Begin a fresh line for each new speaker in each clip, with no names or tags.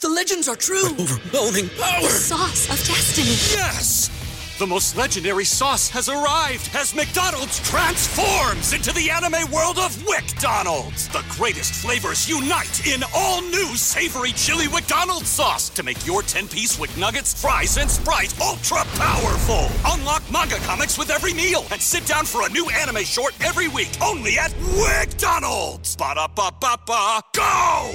The legends are true.
Overwhelming power!
Sauce of destiny.
Yes! The most legendary sauce has arrived as McDonald's transforms into the anime world of WickDonald's. The greatest flavors unite in all new savory chili McDonald's sauce to make your 10-piece Wick Nuggets, fries, and Sprite ultra-powerful. Unlock manga comics with every meal and sit down for a new anime short every week only at WickDonald's. Ba-da-ba-ba-ba, go!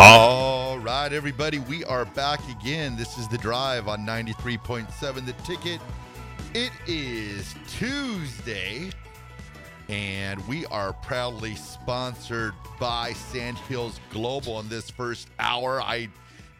All right, everybody, we are back again. This is the drive on 93.7 The Ticket. It is Tuesday, and we are proudly sponsored by Sandhills Global on this first hour. I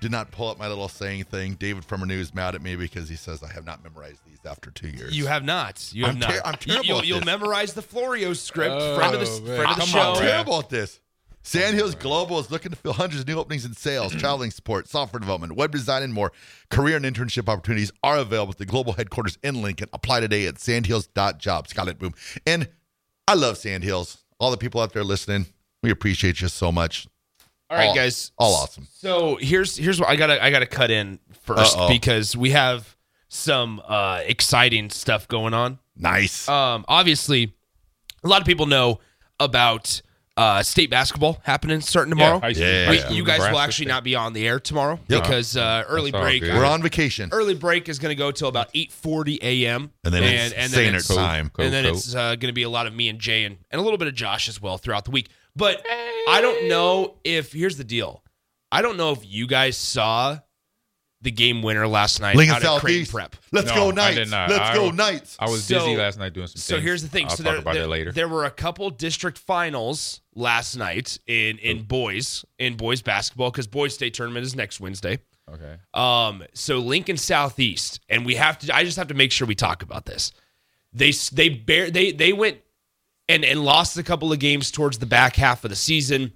did not pull up my little saying thing. David from our news mad at me because he says I have not memorized these after two years.
You have not. You have
I'm
not.
ter- I'm terrible
You, will
at this.
memorize the Florio script,
Uh,
friend of the,
Oh, man.
friend of the
I'm
show.
terrible at this. Sandhills Global is looking to fill hundreds of new openings in sales, traveling support, software development, web design, and more. Career and internship opportunities are available at the global headquarters in Lincoln. Apply today at sandhills.jobs. Got it, boom. And I love Sandhills. All the people out there listening, we appreciate you so much.
All right,
All-
guys.
all awesome.
So here's here's what I gotta I gotta cut in 1st
Uh-oh.
because we have some uh, exciting stuff going on.
Nice.
Um, obviously, a lot of people know about uh, state basketball happening starting tomorrow.
school Yeah.
We-
basketball,
you guys will actually not be on the air tomorrow
Yep.
because uh, early
That's all
break.
good.
We're on vacation.
Early break is going to go till about eight forty a.m.
And then it's Saner time.
and then
Cool,
it's uh, going to be a lot of me and Jay and, and a little bit of Josh as well throughout the week. But I don't know if here's the deal. I don't know if you guys saw the game winner last night
Lincoln
out at Crane
Southeast.
Prep.
Let's
No,
go
I
Knights.
did not.
Let's
I-
go Knights.
I was
So-
busy last night doing some.
So
things.
here's the thing.
I'll
so
talk
there,
about
there,
that later.
there were a couple district finals last night in in boys in boys basketball because boys state tournament is next Wednesday.
Okay.
Um, so Lincoln Southeast, and we have to. I just have to make sure we talk about this. They s- they bear they they went and and lost a couple of games towards the back half of the season.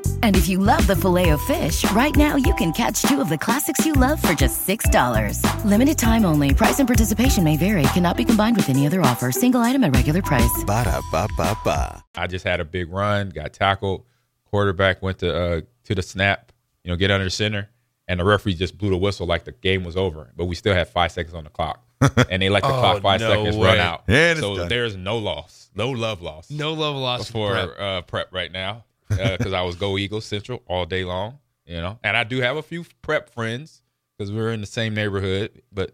And if you love the filet of fish, right now you can catch two of the classics you love for just $6. Limited time only. Price and participation may vary. Cannot be combined with any other offer. Single item at regular price.
Ba-da-ba-ba-ba.
I just had a big run, got tackled, quarterback went to, uh, to the snap, you know, get under center. And the referee just blew the whistle like the game was over, but we still had five seconds on the clock. And they let the clock five
Oh, no
seconds
way.
run out.
And it's
so
done.
there's no loss, no love loss.
No level loss
for
for prep.
Uh, prep right now because I was Go Eagles Central all day long, you know. And I do have a few prep friends because we're in the same neighborhood, but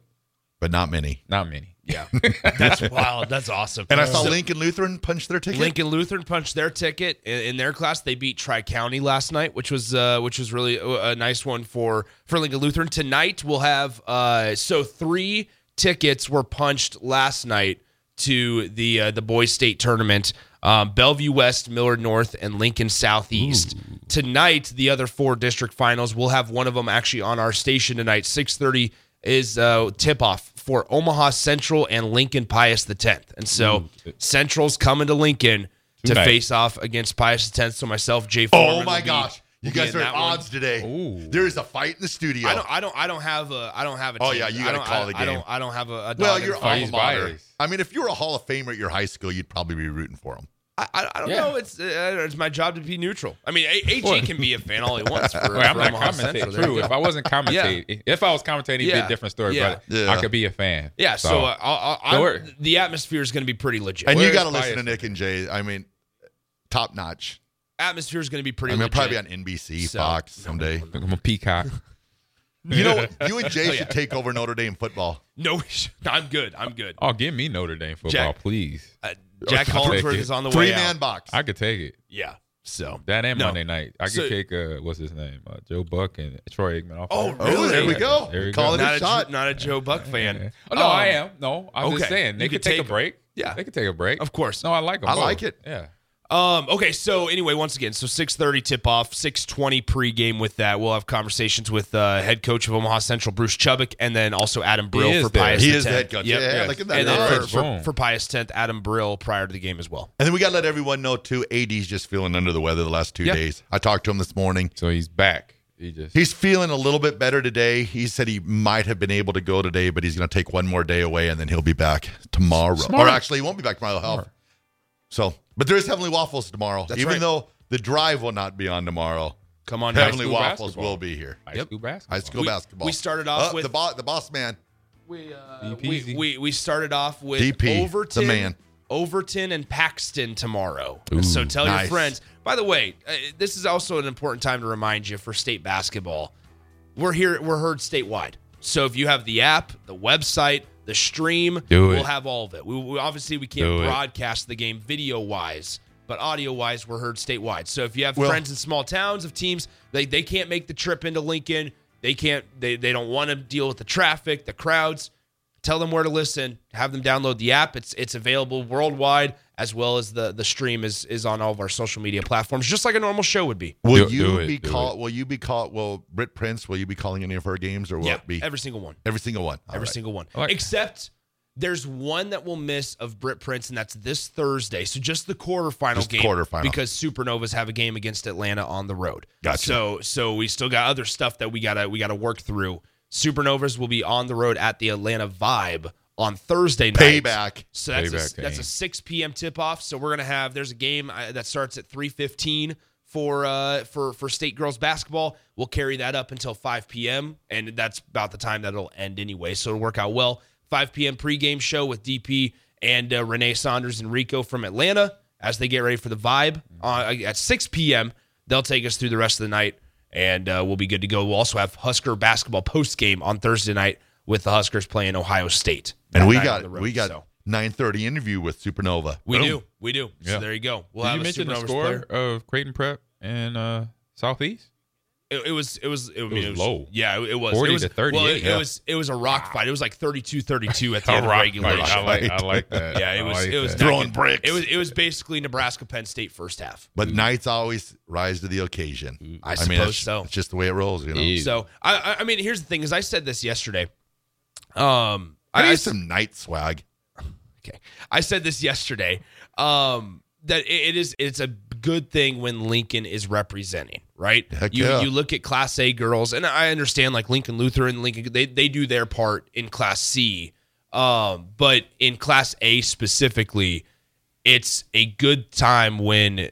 But not many.
not many. Yeah,
That's wild. That's awesome.
And I saw
So
Lincoln Lutheran punch their ticket.
Lincoln Lutheran punched their ticket in, in their class. They beat Tri County last night, which was uh, which was really a a nice one for for Lincoln Lutheran. Tonight we'll have uh, so three tickets were punched last night to the uh, the boys state tournament. Um, Bellevue West, Millard North, and Lincoln Southeast. Tonight, the other four district finals. We'll have one of them actually on our station tonight. Six thirty is uh, tip off for Omaha Central and Lincoln Pius the Tenth. And so
Mm.
Central's coming to Lincoln to
Tonight.
face off against Pius the Tenth. So myself, Jay.
oh
Foreman
my
will be-
gosh. You
will be
guys
in
are at
that one.
odds today. There is a fight in the studio.
I don't. I don't. I don't have a. I don't have a.
Oh,
team.
yeah, you
I
gotta
don't-
call
I-
the
I
game.
don't. I don't have a. a dog
well,
in
your
the fight.
alma
He's
mater.
biased.
I mean, if you're a Hall of Famer at your high school, you'd probably be rooting for him.
I, I, I don't
Yeah.
know. It's uh, it's my job to be neutral. I mean, A- AJ
Well-
can be a fan all he wants. For,
Well, I'm
for
not
Omaha Central.
commentating.
There you
True.
go.
If I wasn't commentating, if I was commentating, it'd be
Yeah.
a different story.
Yeah.
But
Yeah.
I could be a fan.
Yeah, so, uh, I'll,
Don't
I'll,
worry.
I'm, the atmosphere is going to be pretty legit.
And you
Where's
got to listen to
bias?
Nick and Jay. I mean, top notch.
atmosphere is going to be
I
pretty.
mean, it'll
legit.
probably be on NBC,
So-
Fox someday.
I'm a peacock.
You know, what? you and
Oh,
Jay should take over Notre Dame football.
No, I'm good. I'm good.
Oh, give me Notre Dame football,
Jack.
please.
Uh, Jack
I'll take
Collinsworth
it.
is on the
Three
way out.
man box.
I could take it.
Yeah. So
That and
No.
Monday night. I could
So-
take uh, what's his name, uh, Joe Buck and Troy Eggman. off
Oh,
there.
Oh,
really?
there we go.
There you
Call
go.
it
not
a
a,
shot.
Joe- not a Joe Buck fan.
Oh, no,
Um,
I am. No, I'm
okay.
just saying they
You
could
could
take,
take
a
'em.
break.
Yeah.
they could take a break.
Of course.
No, I like them.
I like it.
Yeah.
Um, okay, so anyway, once again, so 6.30 tip-off, 6.20 pregame with that. We'll have conversations with uh, head coach of Omaha Central, Bruce Chubbuck, and then also Adam Brill
is
for
there.
Pius
He
the
is the
10th.
head coach.
Yep.
Yeah, look at that.
And then for,
Alright, boom.
for, for Pius 10th, Adam Brill prior to the game as well.
And then we got to let everyone know, too, AD's just feeling under the weather the last two
Yeah.
days. I talked to him this morning.
So he's back. He just
He's feeling a little bit better today. He said he might have been able to go today, but he's going to take one more day away and then he'll be back tomorrow. Or actually, he won't be back tomorrow. He'll help. So, but there is Heavenly Waffles tomorrow. Even
right.
though the drive will not be on tomorrow,
Come on,
Heavenly
guys.
school
Waffles
basketball.
will be here.
high school basketball.
High school
We-
basketball.
we started off
Oh,
with-
the boss, the boss man.
we
uh, we, we we started off with
DP,
Overton,
the man.
Overton and Paxton tomorrow.
Ooh,
so tell your
nice.
friends. By the way, uh, this is also an important time to remind you for state basketball. We're here. We're heard statewide. So if you have the app, the website, the stream,
Do
we'll
it.
have all of it. We, we obviously we can't
Do it.
broadcast the game video wise, but audio wise, we're heard statewide. So if you have
Well-
friends in small towns of teams, they they can't make the trip into Lincoln. They can't. They they don't want to deal with the traffic, the crowds. Tell them where to listen. Have them download the app. It's it's available worldwide as well as the the stream is is on all of our social media platforms, just like a normal show would be.
Will you be called? Will you be called? Will Britt Prince? Will you be calling any of her games, or will
Yeah,
it be
every single one.
Every single one. All
Every
right.
single one. Except there's one that we'll miss of Britt Prince, and that's this Thursday. So just the quarterfinal
Just the
game.
quarterfinal.
Because Supernovas have a game against Atlanta on the road.
Gotcha.
So so we still got other stuff that we gotta we gotta work through. Supernovas will be on the road at the Atlanta Vibe on Thursday night.
Payback.
So that's
Payback
a, that's a
game.
6 p.m. tip off. So we're gonna have there's a game uh, that starts at 3:15 for uh for for state girls basketball. We'll carry that up until 5 p.m. and that's about the time that it'll end anyway. So it'll work out well. 5 p.m. pregame show with DP and uh, Renee Saunders and Rico from Atlanta as they get ready for the vibe uh, at 6 p.m. They'll take us through the rest of the night and uh, we'll be good to go. We'll also have Husker basketball post game on Thursday night with the Huskers playing Ohio State.
And
that
we
night on
got
the road,
we got
so.
9:30 interview with Supernova.
We
Boom.
do. We do. So there you go. We'll
Did
have
you
a
mention the
Supernovas
score
player.
of Creighton Prep and uh, Southeast?
It, it was it was it, I mean,
was
it was
low.
Yeah, it, it was
40
it was,
to 38.
Well, it, it
Yeah.
was it was a rock fight. It was like 32-32 at the
A
end of
rock
regulation.
fight. I like- I like that.
Yeah, it
I
was
like
it was
that.
not
Throwing
good.
bricks.
It was it was basically Nebraska Penn State first half.
But knights always rise to the occasion.
Mm. I
mean, that's,
suppose so.
It's just the way it rolls, you know.
So I I- I mean here's the thing is I said this yesterday. Um,
I,
I,
need
I
some night swag.
I said this yesterday um, that it- it is it's a good thing when Lincoln is representing, right?
Heck
you
yeah.
you look at Class A girls, and I understand like Lincoln Lutheran, Lincoln they they do their part in Class C, um, but in Class A specifically, it's a good time when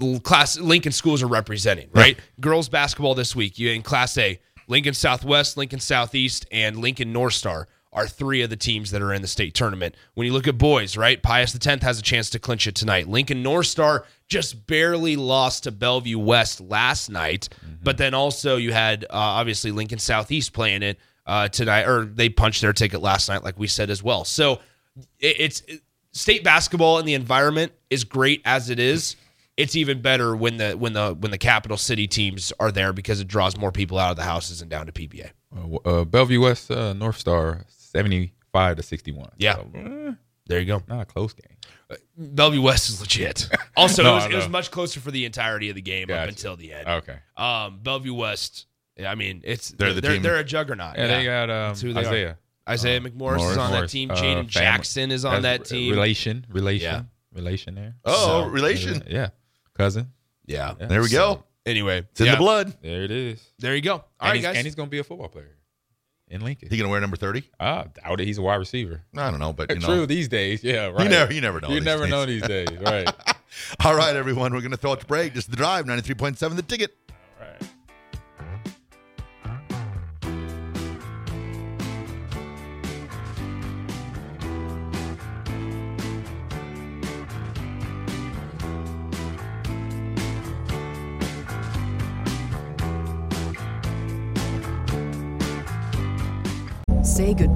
l- class Lincoln schools are representing, right? Girls basketball this week, you in class A, Lincoln Southwest, Lincoln Southeast, and Lincoln North Star are three of the teams that are in the state tournament. When you look at boys, right? Pius the 10th has a chance to clinch it tonight. Lincoln North Star just barely lost to Bellevue West last night, but then also you had uh, obviously Lincoln Southeast playing it uh, tonight or they punched their ticket last night like we said as well. So it, it's it- state basketball and the environment is great as it is. It's even better when the when the when the capital city teams are there because it draws more people out of the houses and down to PBA.
Uh, w- uh, Bellevue West uh, North Star, seventy-five to sixty-one.
Yeah. there you go.
Not a close game.
Bellevue West is legit. Also,
No,
it, was,
I
it was
know.
much closer for the entirety of the game up
Gotcha.
until the end.
Okay.
Um, Bellevue West. I mean, it's
They're
they're
the
they're,
team.
a juggernaut.
Yeah, they got, um,
That's who they are.
Isaiah.
Isaiah
Uh,
McMorris is on that
Morris,
team.
uh,
Jaden
family-
Jackson is on that
That's
team.
Relation, relation,
Yeah.
relation. There.
Oh, relation.
Yeah, cousin.
Yeah.
There we
So,
go.
Anyway,
It's in
yeah.
the blood.
There it is.
There you go. All
and
right,
he's-
guys.
And he's going to be a football player in Lincoln.
He gonna wear number thirty?
I doubt it. He's a wide receiver.
I don't know, but you know.
true these days. Yeah, right.
You never, you never know.
You
these
never
days.
know these days, right?
All right, everyone, we're gonna throw out the break. This is the drive. Ninety-three point seven. The ticket.
Say